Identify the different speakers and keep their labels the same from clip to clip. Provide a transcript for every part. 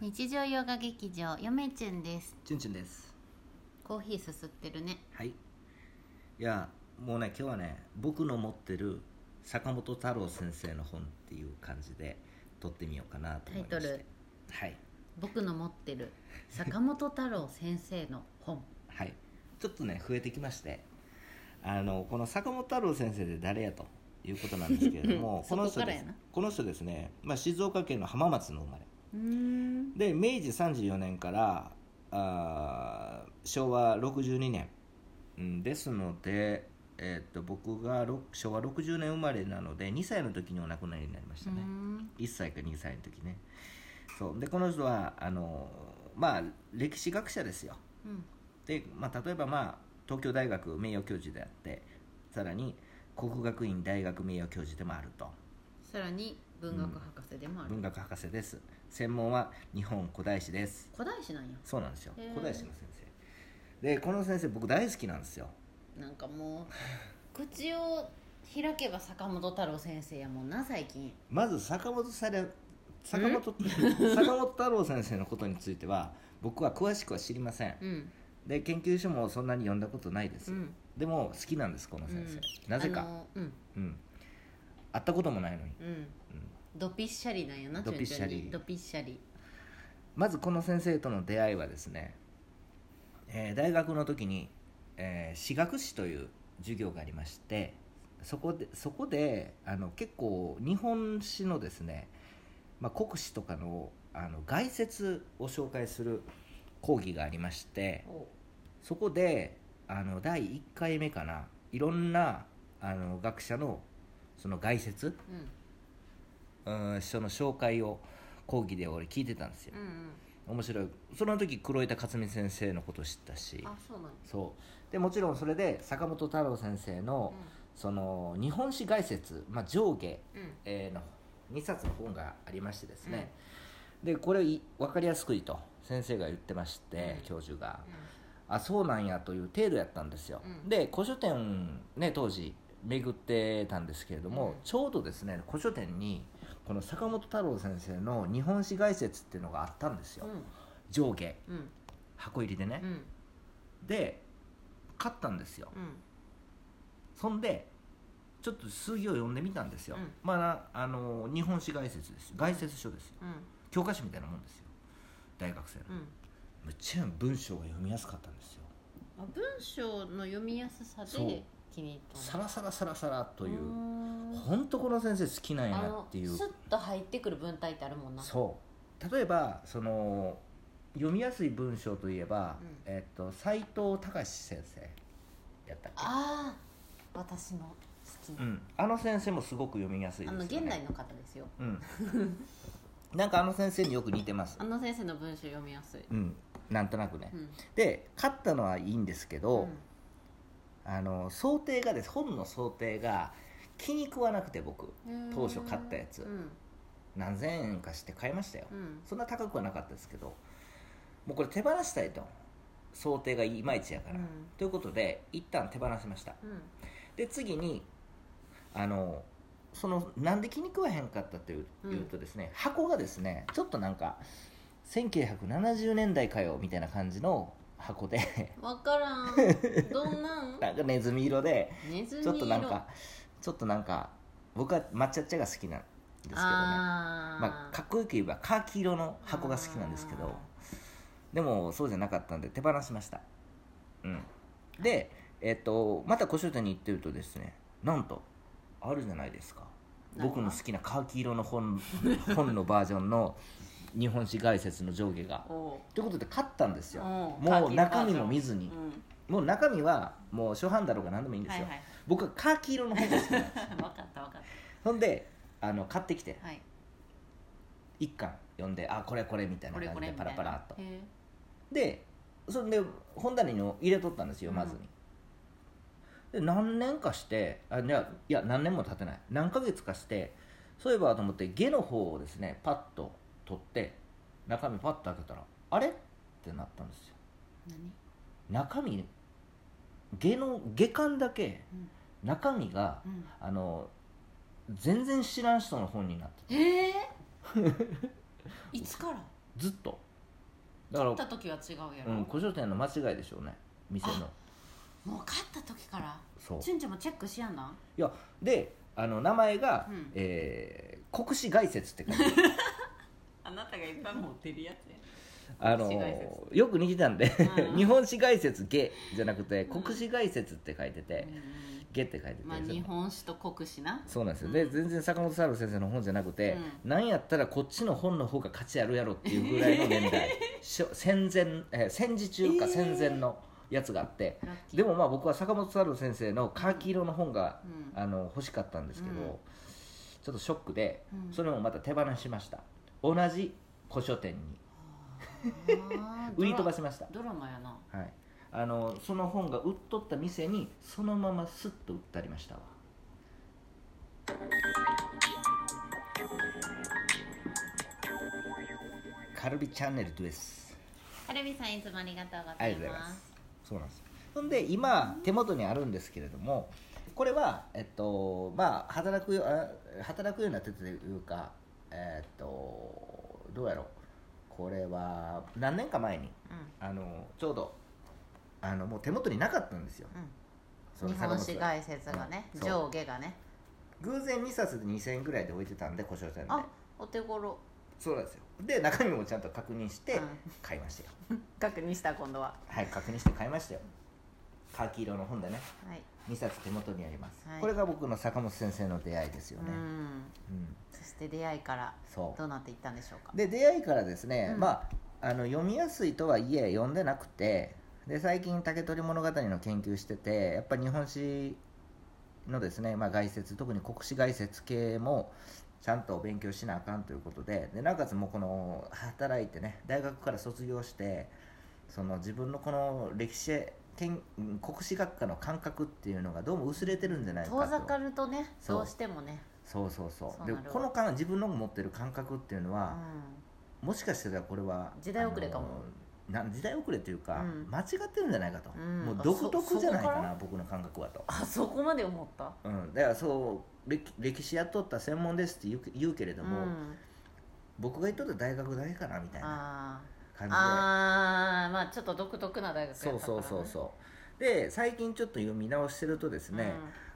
Speaker 1: 日常洋画劇場よめちゅんです
Speaker 2: チュンチュンです
Speaker 1: コーヒーすすってるね
Speaker 2: はいいやもうね今日はね僕の持ってる坂本太郎先生の本っていう感じで撮ってみようかなと思いまして
Speaker 1: タイトル
Speaker 2: はい
Speaker 1: 僕の持ってる坂本太郎先生の本
Speaker 2: はいちょっとね増えてきましてあのこの坂本太郎先生で誰やということなんですけれども
Speaker 1: そこ
Speaker 2: の
Speaker 1: か
Speaker 2: 人
Speaker 1: ら
Speaker 2: で
Speaker 1: や
Speaker 2: す
Speaker 1: な
Speaker 2: この人ですね、まあ、静岡県の浜松の生まれ
Speaker 1: うーん
Speaker 2: で明治34年からあー昭和62年、うん、ですので、えーっと僕がろく昭和60年生まれなので2歳の時にお亡くなりになりましたね、1歳か2歳の時ねそうでこの人はあのまあ歴史学者ですよ
Speaker 1: うん
Speaker 2: で、まあ、例えば、まあ、東京大学名誉教授であってさらに国学院大学名誉教授でもあると
Speaker 1: さらに文学博士でもある、
Speaker 2: 文学博士です専門は日本古代史です
Speaker 1: 古代史なんや
Speaker 2: そうなんですよ
Speaker 1: へー
Speaker 2: 古代史の先生でこの先生僕大好きなんですよ
Speaker 1: なんかもう口を開けば坂本太郎先生やもんな最近
Speaker 2: まず坂本され坂本 坂本太郎先生のことについては僕は詳しくは知りません
Speaker 1: うん
Speaker 2: で研究所もそんなに読んだことないです、
Speaker 1: うん
Speaker 2: でも好きなんですこの先生、なぜ
Speaker 1: あ
Speaker 2: か、
Speaker 1: のうん
Speaker 2: うん、会ったこともないのに、
Speaker 1: うん
Speaker 2: うん、
Speaker 1: ドピッシャリなんやな
Speaker 2: ドピッシャリ
Speaker 1: 順々にドピッシャリ
Speaker 2: まずこの先生との出会いはですね、えー大学の時に、えー、私学史という授業がありましてそこでそこであの結構日本史のですね、まあ、国史とかのあの概説を紹介する講義がありまして
Speaker 1: お
Speaker 2: そこであの第1回目かないろんなあの学者のその概説、
Speaker 1: うん
Speaker 2: うん、その紹介を講義で俺聞いてたんですよ
Speaker 1: う。ん
Speaker 2: 面白いその時黒板克美先生のこと知ったし
Speaker 1: うんあそうなんや
Speaker 2: そうでもちろんそれで坂本太郎先生のその日本史概説、まあ、上下、
Speaker 1: うんうん
Speaker 2: えーの2冊の本がありましてですね、でこれい分かりやすくいいと先生が言ってまして、
Speaker 1: うん
Speaker 2: 教授があそうなんやという程度やったんですよ、
Speaker 1: うん
Speaker 2: で古書店ね当時巡ってたんですけれど
Speaker 1: う
Speaker 2: も、
Speaker 1: ん
Speaker 2: ちょうどですね古書店にこの坂本太郎先生の日本史概説っていうのがあったんですよ、
Speaker 1: うん
Speaker 2: 上下
Speaker 1: うん
Speaker 2: 箱入りでね
Speaker 1: う、ん
Speaker 2: で買ったんですよ
Speaker 1: うん
Speaker 2: そんでちょっと数行読んでみたんですよ、
Speaker 1: うん
Speaker 2: まあなあの日本史概説です概説書ですよ
Speaker 1: うん
Speaker 2: 教科書みたいなもんですよ大学生の、
Speaker 1: うん
Speaker 2: むっちゃ文章が読みやすかったんですよ
Speaker 1: あ文章の読みやすさ
Speaker 2: そう
Speaker 1: で気に入った
Speaker 2: サラサラサラサラという
Speaker 1: ーん
Speaker 2: 本当この先生好きなんや
Speaker 1: あ
Speaker 2: な
Speaker 1: の
Speaker 2: っていう
Speaker 1: スッと入ってくる文体ってあるもんな
Speaker 2: そう例えばその読みやすい文章といえば、
Speaker 1: うん
Speaker 2: えっと斎藤隆先生やったっけ
Speaker 1: ああ私も好き
Speaker 2: う
Speaker 1: な、
Speaker 2: ん、あの先生もすごく読みやすいで
Speaker 1: あ
Speaker 2: すよ、
Speaker 1: の
Speaker 2: ね、
Speaker 1: 現代の方ですよ
Speaker 2: うん、なんかあの先生によく似てます
Speaker 1: あ、の先生の文章読みやすい、
Speaker 2: うん、なんとなくね、
Speaker 1: うん
Speaker 2: で勝ったのはいいんですけど、
Speaker 1: うん
Speaker 2: あの想定がです本の想定が気に食わなくて僕当初買ったやつ
Speaker 1: うん
Speaker 2: 何千円かして買いましたよ、
Speaker 1: うん
Speaker 2: そんな高くはなかったですけどもうこれ手放したいと想定がいまいちやから、
Speaker 1: うん
Speaker 2: ということで一旦手放しました
Speaker 1: うん
Speaker 2: で次にあのそのなんで気に食わへんかったという,、
Speaker 1: うん
Speaker 2: とですね箱がですねちょっとなんか1970年代かよみたいな感じの箱で
Speaker 1: 分から んどんなん
Speaker 2: なんかネズミ色で
Speaker 1: ネズミ
Speaker 2: ちょ
Speaker 1: 色
Speaker 2: っとなんかちょっとなんか僕は抹茶茶が好きなんですけどね
Speaker 1: あー
Speaker 2: まあ、かっこよく言えばカーキ色の箱が好きなんですけ
Speaker 1: あ
Speaker 2: どでもそうじゃなかったんで手放しましたうんでえっとまた古書店に行ってるとですねなんとあるじゃないですか
Speaker 1: なんか
Speaker 2: 僕の好きなカーキ色の本 本のバージョンの日本史概説の上下が
Speaker 1: おう
Speaker 2: ということで買ったんですよ
Speaker 1: おう
Speaker 2: もう中身も見ず
Speaker 1: う
Speaker 2: に
Speaker 1: ん
Speaker 2: もう中身はもう初版だろうが何でもいいんで
Speaker 1: は
Speaker 2: す
Speaker 1: い
Speaker 2: よ、
Speaker 1: はい
Speaker 2: 僕はカーキ色 の本が好きなんです
Speaker 1: 分かった分かっ
Speaker 2: ほんであの買ってきて
Speaker 1: たはい
Speaker 2: 一巻読んであこれこれみたいな
Speaker 1: これ
Speaker 2: 感
Speaker 1: こ
Speaker 2: じ
Speaker 1: れみ
Speaker 2: でパ
Speaker 1: たい
Speaker 2: ラ
Speaker 1: な
Speaker 2: パラっと
Speaker 1: へえ
Speaker 2: でそれで本棚に入れとったんですよ
Speaker 1: うん
Speaker 2: まずに、で何年かしてあいやいや何年も経てない何ヶ月かしてそういえばと思って下の方をですねパッと取って中身パッと開けたらあれってなったんですよ
Speaker 1: 何
Speaker 2: 中身下の下巻だけ
Speaker 1: うん
Speaker 2: 中身が
Speaker 1: うん
Speaker 2: あの全然知らん人の本になって
Speaker 1: ええ いつから
Speaker 2: ずっとだから
Speaker 1: 買った時は違うやろ、
Speaker 2: うん、古書店の間違いでしょうね店の
Speaker 1: もう買った時から
Speaker 2: そう
Speaker 1: チュンチュンもチェックしやんな
Speaker 2: であの名前が、
Speaker 1: うん
Speaker 2: えー国史概説って書いてある
Speaker 1: あなたがいっぱい持ってるやつ
Speaker 2: あ
Speaker 1: 国史概
Speaker 2: のよく似てたんで
Speaker 1: うん
Speaker 2: 日本史概説下じゃなくて
Speaker 1: うん
Speaker 2: 国史概説って書いて
Speaker 1: や
Speaker 2: て、
Speaker 1: うん
Speaker 2: 下って書いてて、
Speaker 1: まあ日本史と国史な
Speaker 2: そうなんですよ、
Speaker 1: うん
Speaker 2: で全然坂本太郎先生の本じゃなくて、なんやったらこっちの本の方が価値あるやろっていうぐらいの年 代しょ戦前、えー戦時中か
Speaker 1: えー
Speaker 2: 戦前のやつがあって、
Speaker 1: ラッキー
Speaker 2: でもまあ僕は坂本太郎先生のカーキ色の本が、
Speaker 1: うん
Speaker 2: あの欲しかったんですけど、
Speaker 1: うん
Speaker 2: ちょっとショックで、
Speaker 1: うん
Speaker 2: それもまた手放しました同じ古書店に
Speaker 1: あー
Speaker 2: 売り飛ばしました
Speaker 1: ドラドラマやな
Speaker 2: はいあのその本が売っとった店にそのまますっと売ってありましたわカルビチャンネルです
Speaker 1: カルビさんいつもありがとうご
Speaker 2: あ
Speaker 1: ざ
Speaker 2: り
Speaker 1: い
Speaker 2: がとうござい
Speaker 1: ま
Speaker 2: ますすそうなんですよほんで今手元にあるんですけれどもこれはえっとまあ働くよあ働くようになってというかえっとどうやろうこれは何年か前にあのちょうどあのもう手元になかったんですよ
Speaker 1: う
Speaker 2: そ
Speaker 1: ん、うん、
Speaker 2: の
Speaker 1: 日本史
Speaker 2: 坂本
Speaker 1: 外説がね、
Speaker 2: うんそう
Speaker 1: 上下がね
Speaker 2: 偶然2冊で2000円ぐらいで置いてたんで故障したんで
Speaker 1: あお手頃
Speaker 2: そうなんですよで中身もちゃんと確認して
Speaker 1: うん
Speaker 2: 買いましたよ、
Speaker 1: 確認した今度は
Speaker 2: はい確認して買いましたよカーキ色の本でね
Speaker 1: はい、
Speaker 2: 2冊手元にあります、
Speaker 1: はい
Speaker 2: これが僕の坂本先生の出会いですよね
Speaker 1: う、ん
Speaker 2: うん
Speaker 1: そして出会いから
Speaker 2: そ
Speaker 1: どうなっていったんでしょうか
Speaker 2: うで出会いからですね、
Speaker 1: うん
Speaker 2: まああの読みやすいとはいえ読んでなくてで最近竹取物語の研究しててやっぱ日本史のですね、まあ、外説特に国史外説系もちゃんと勉強しなあかんということででなおかつもうこの働いてね大学から卒業してその自分のこの歴史けん国史学科の感覚っていうのがどうも薄れてるんじゃないかと
Speaker 1: 遠ざかるとね
Speaker 2: そう
Speaker 1: どうしてもね
Speaker 2: そうそうそう
Speaker 1: そうな
Speaker 2: で
Speaker 1: るわ
Speaker 2: この間自分の持ってる感覚っていうの
Speaker 1: う
Speaker 2: は、
Speaker 1: ん
Speaker 2: もしかしたらこれは
Speaker 1: 時代遅れかも
Speaker 2: あのな時代遅れというか、
Speaker 1: うん
Speaker 2: 間違ってるんじゃないかと、
Speaker 1: うん
Speaker 2: もう
Speaker 1: あ
Speaker 2: 独
Speaker 1: そ
Speaker 2: 特じゃない
Speaker 1: そ
Speaker 2: か
Speaker 1: こか
Speaker 2: な僕の感覚はと、
Speaker 1: あそこまで思った
Speaker 2: うん、だからそう歴歴史やっとった専門ですって言う言うけれども、
Speaker 1: うん、
Speaker 2: 僕が言っとった大学だけかなみたいな
Speaker 1: あー
Speaker 2: 感
Speaker 1: あーまあちょっと独特な大学やっ
Speaker 2: じ
Speaker 1: たか
Speaker 2: で、
Speaker 1: ら、ね、
Speaker 2: そうそうそうそうで最近ちょっと読み直してるとですね、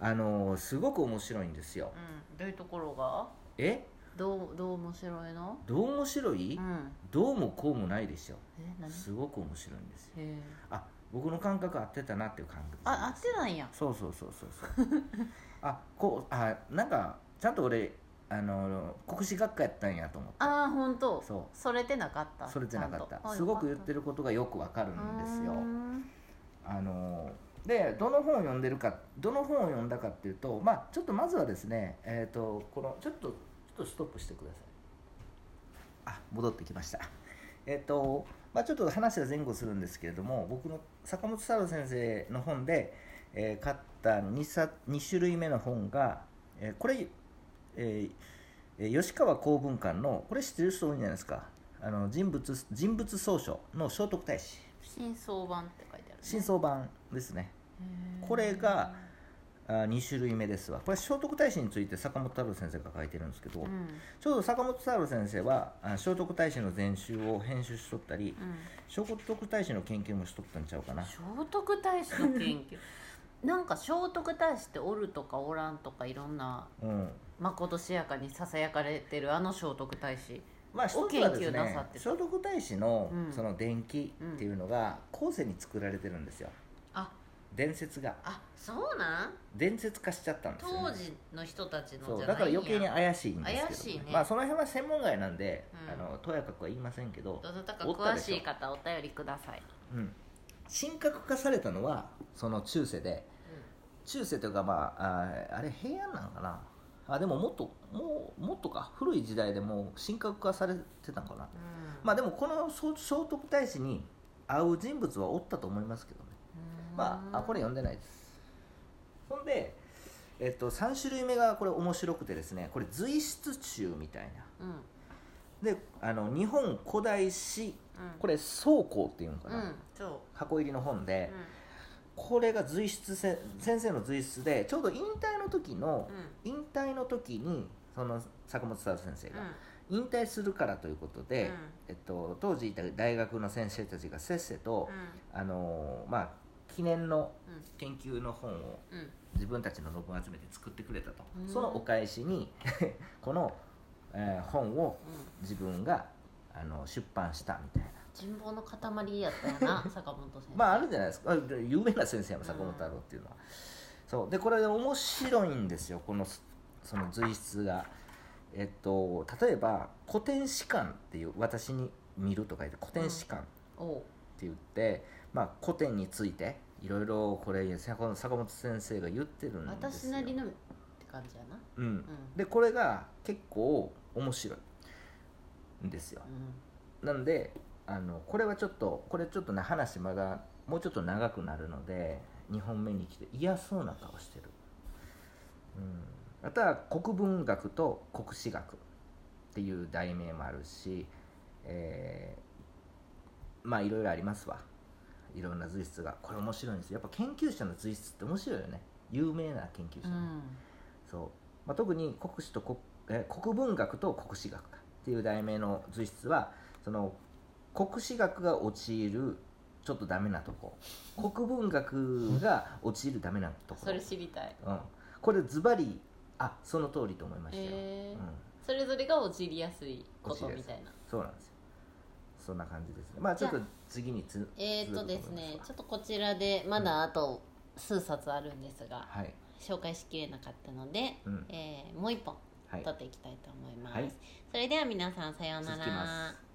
Speaker 2: あのーすごく面白いんですよ
Speaker 1: うん、うん、どういうところが
Speaker 2: え
Speaker 1: どうどう面白いの
Speaker 2: どう面白い、
Speaker 1: うん
Speaker 2: どうもこうもないでしょ
Speaker 1: え何へ
Speaker 2: すごく面白いんですよ
Speaker 1: え
Speaker 2: あ僕の感覚合ってたなっていう感覚
Speaker 1: あ合ってないんや
Speaker 2: そうそうそうそうそう あこうあなんかちゃんと俺あの国史学科やったんやと思って
Speaker 1: ああ本当
Speaker 2: そう
Speaker 1: それてなかった
Speaker 2: それじゃなかったすごく言って
Speaker 1: る
Speaker 2: ることがよくわかるんですよ
Speaker 1: うん
Speaker 2: あのでどの本を読んでるかどの本を読んだかっていうとまあちょっとまずはですねえっ、とこのちょっとちょっとストップしてくださいあ戻ってきましたえっ、とまあちょっと話は前後するんですけれども僕の坂本太郎先生の本で、えー買った 2, 冊2種類目の本が、えーこれ、えーえー吉川公文館のこれ知ってる人多いんじゃないですかあの人物人物総書の聖徳太子
Speaker 1: 真相版って書いてある、ね、
Speaker 2: 新装版ですね
Speaker 1: へー
Speaker 2: これがあ2種類目ですわこれ聖徳太子について坂本太郎先生が書いてるんですけど、
Speaker 1: うんうん
Speaker 2: ちょうど坂本太郎先生はあ聖徳太子の全集を編集しとったり聖徳太子の研究もしとったんちゃうかな
Speaker 1: 聖徳太子の研 究なんか聖徳太子っておるとかおらんとかいろんな
Speaker 2: うん
Speaker 1: まことしやかにささやかれてるあの聖徳太子
Speaker 2: まあ一つはです
Speaker 1: お研究なさ
Speaker 2: ね
Speaker 1: ってた
Speaker 2: 聖徳太子の
Speaker 1: うん
Speaker 2: その伝記っていうのが後世に作られてるんですよ
Speaker 1: あ
Speaker 2: 伝説が
Speaker 1: あそうなん
Speaker 2: 伝説化しちゃったんですよ、ね、
Speaker 1: 当時の人たちのじゃ
Speaker 2: そ
Speaker 1: な
Speaker 2: う
Speaker 1: い
Speaker 2: だから余計に
Speaker 1: んや
Speaker 2: 怪しいんですけど、
Speaker 1: 怪しいね
Speaker 2: まあその辺は専門外なんで、
Speaker 1: うん
Speaker 2: あのとやかくは言いませんけど
Speaker 1: どなたか
Speaker 2: おった
Speaker 1: 詳
Speaker 2: でしょ
Speaker 1: しい方お便りください、
Speaker 2: うん、神格化されたのはその中世で中世というかまあああれ平安なのかなあでももっともうもっとか古い時代でもう神格化されてたのかな
Speaker 1: うん
Speaker 2: まあでもこの聖聖徳太子に会う人物はおったと思いますけどねまああこれ読んでないですほんで、えっと、3種類目がこれ面白くてですねこれ随筆中みたい
Speaker 1: う
Speaker 2: な
Speaker 1: んうん
Speaker 2: であの日本古代史これ草稿っていうのか
Speaker 1: う
Speaker 2: な、
Speaker 1: んそ
Speaker 2: 箱入りの本で、
Speaker 1: う
Speaker 2: これが随筆せ先生の随筆でちょうど引退の時の
Speaker 1: うんうん
Speaker 2: 引退の時にその坂本太郎先生が、
Speaker 1: うん
Speaker 2: 引退するからということで、
Speaker 3: うん
Speaker 2: えっと、当時いた大学の先生たちがせっせと、あのーまあ、記念の
Speaker 3: うん
Speaker 2: 研究の本を
Speaker 3: うんうん
Speaker 2: 自分たちの論文を集めて作ってくれたと、
Speaker 1: うん
Speaker 2: そのお返しに この、えー本を
Speaker 3: うん
Speaker 2: 自分があの出版したみたいな
Speaker 1: 人望の塊やったよ な坂本先生
Speaker 2: まああ
Speaker 1: る
Speaker 2: るじゃないですかあで有名な先生やもん坂本太郎っていうのは、そうでこれ面白いんですよこのすその随筆がえっと例えば「古典史観」っていう私に見ると書いて「古典史観」
Speaker 1: おう
Speaker 2: って言って、まあ、古典についていろいろこれ坂本坂本先生が言ってるんです
Speaker 1: 私
Speaker 2: よ
Speaker 1: なりのって感じやな
Speaker 2: うん
Speaker 1: う、ん
Speaker 2: でこれが結構面白いんですよ
Speaker 1: う
Speaker 2: なんであのこれはちょっとこれちょっとね話まだもうちょっと長くなるので2本目に来て嫌そうな顔してる、うん、あとは国文学と国史学っていう題名もあるし、えーまあいろいろありますわいろんな随筆がこれ面白いんですよやっぱ研究者の随筆って面白いよね有名な研究者
Speaker 1: ん、う
Speaker 2: の、
Speaker 1: ん、
Speaker 2: そう、まあ、特に国史と国え国文学と国史学かっていう題名の随筆はその国史学が陥るちょっとダメなとこ国文学が陥るダメなとこ
Speaker 1: それ知りたい
Speaker 2: うん、これズバリあその通りと思いましたよ、
Speaker 1: えー
Speaker 2: うん、
Speaker 1: それぞれが陥りやすいことみたいな
Speaker 2: そうなんですよそんな感じですねまあちょっと次につ
Speaker 1: えー、っとですねちょっとこちらでまだあと数冊あるんですが
Speaker 2: はい
Speaker 1: 紹介しきれなかったので、
Speaker 2: うん
Speaker 1: えーもう一本
Speaker 2: はい
Speaker 1: 取っていきたいと思います、
Speaker 2: はい
Speaker 1: それでは皆さんさような
Speaker 2: 続
Speaker 1: ら
Speaker 2: きます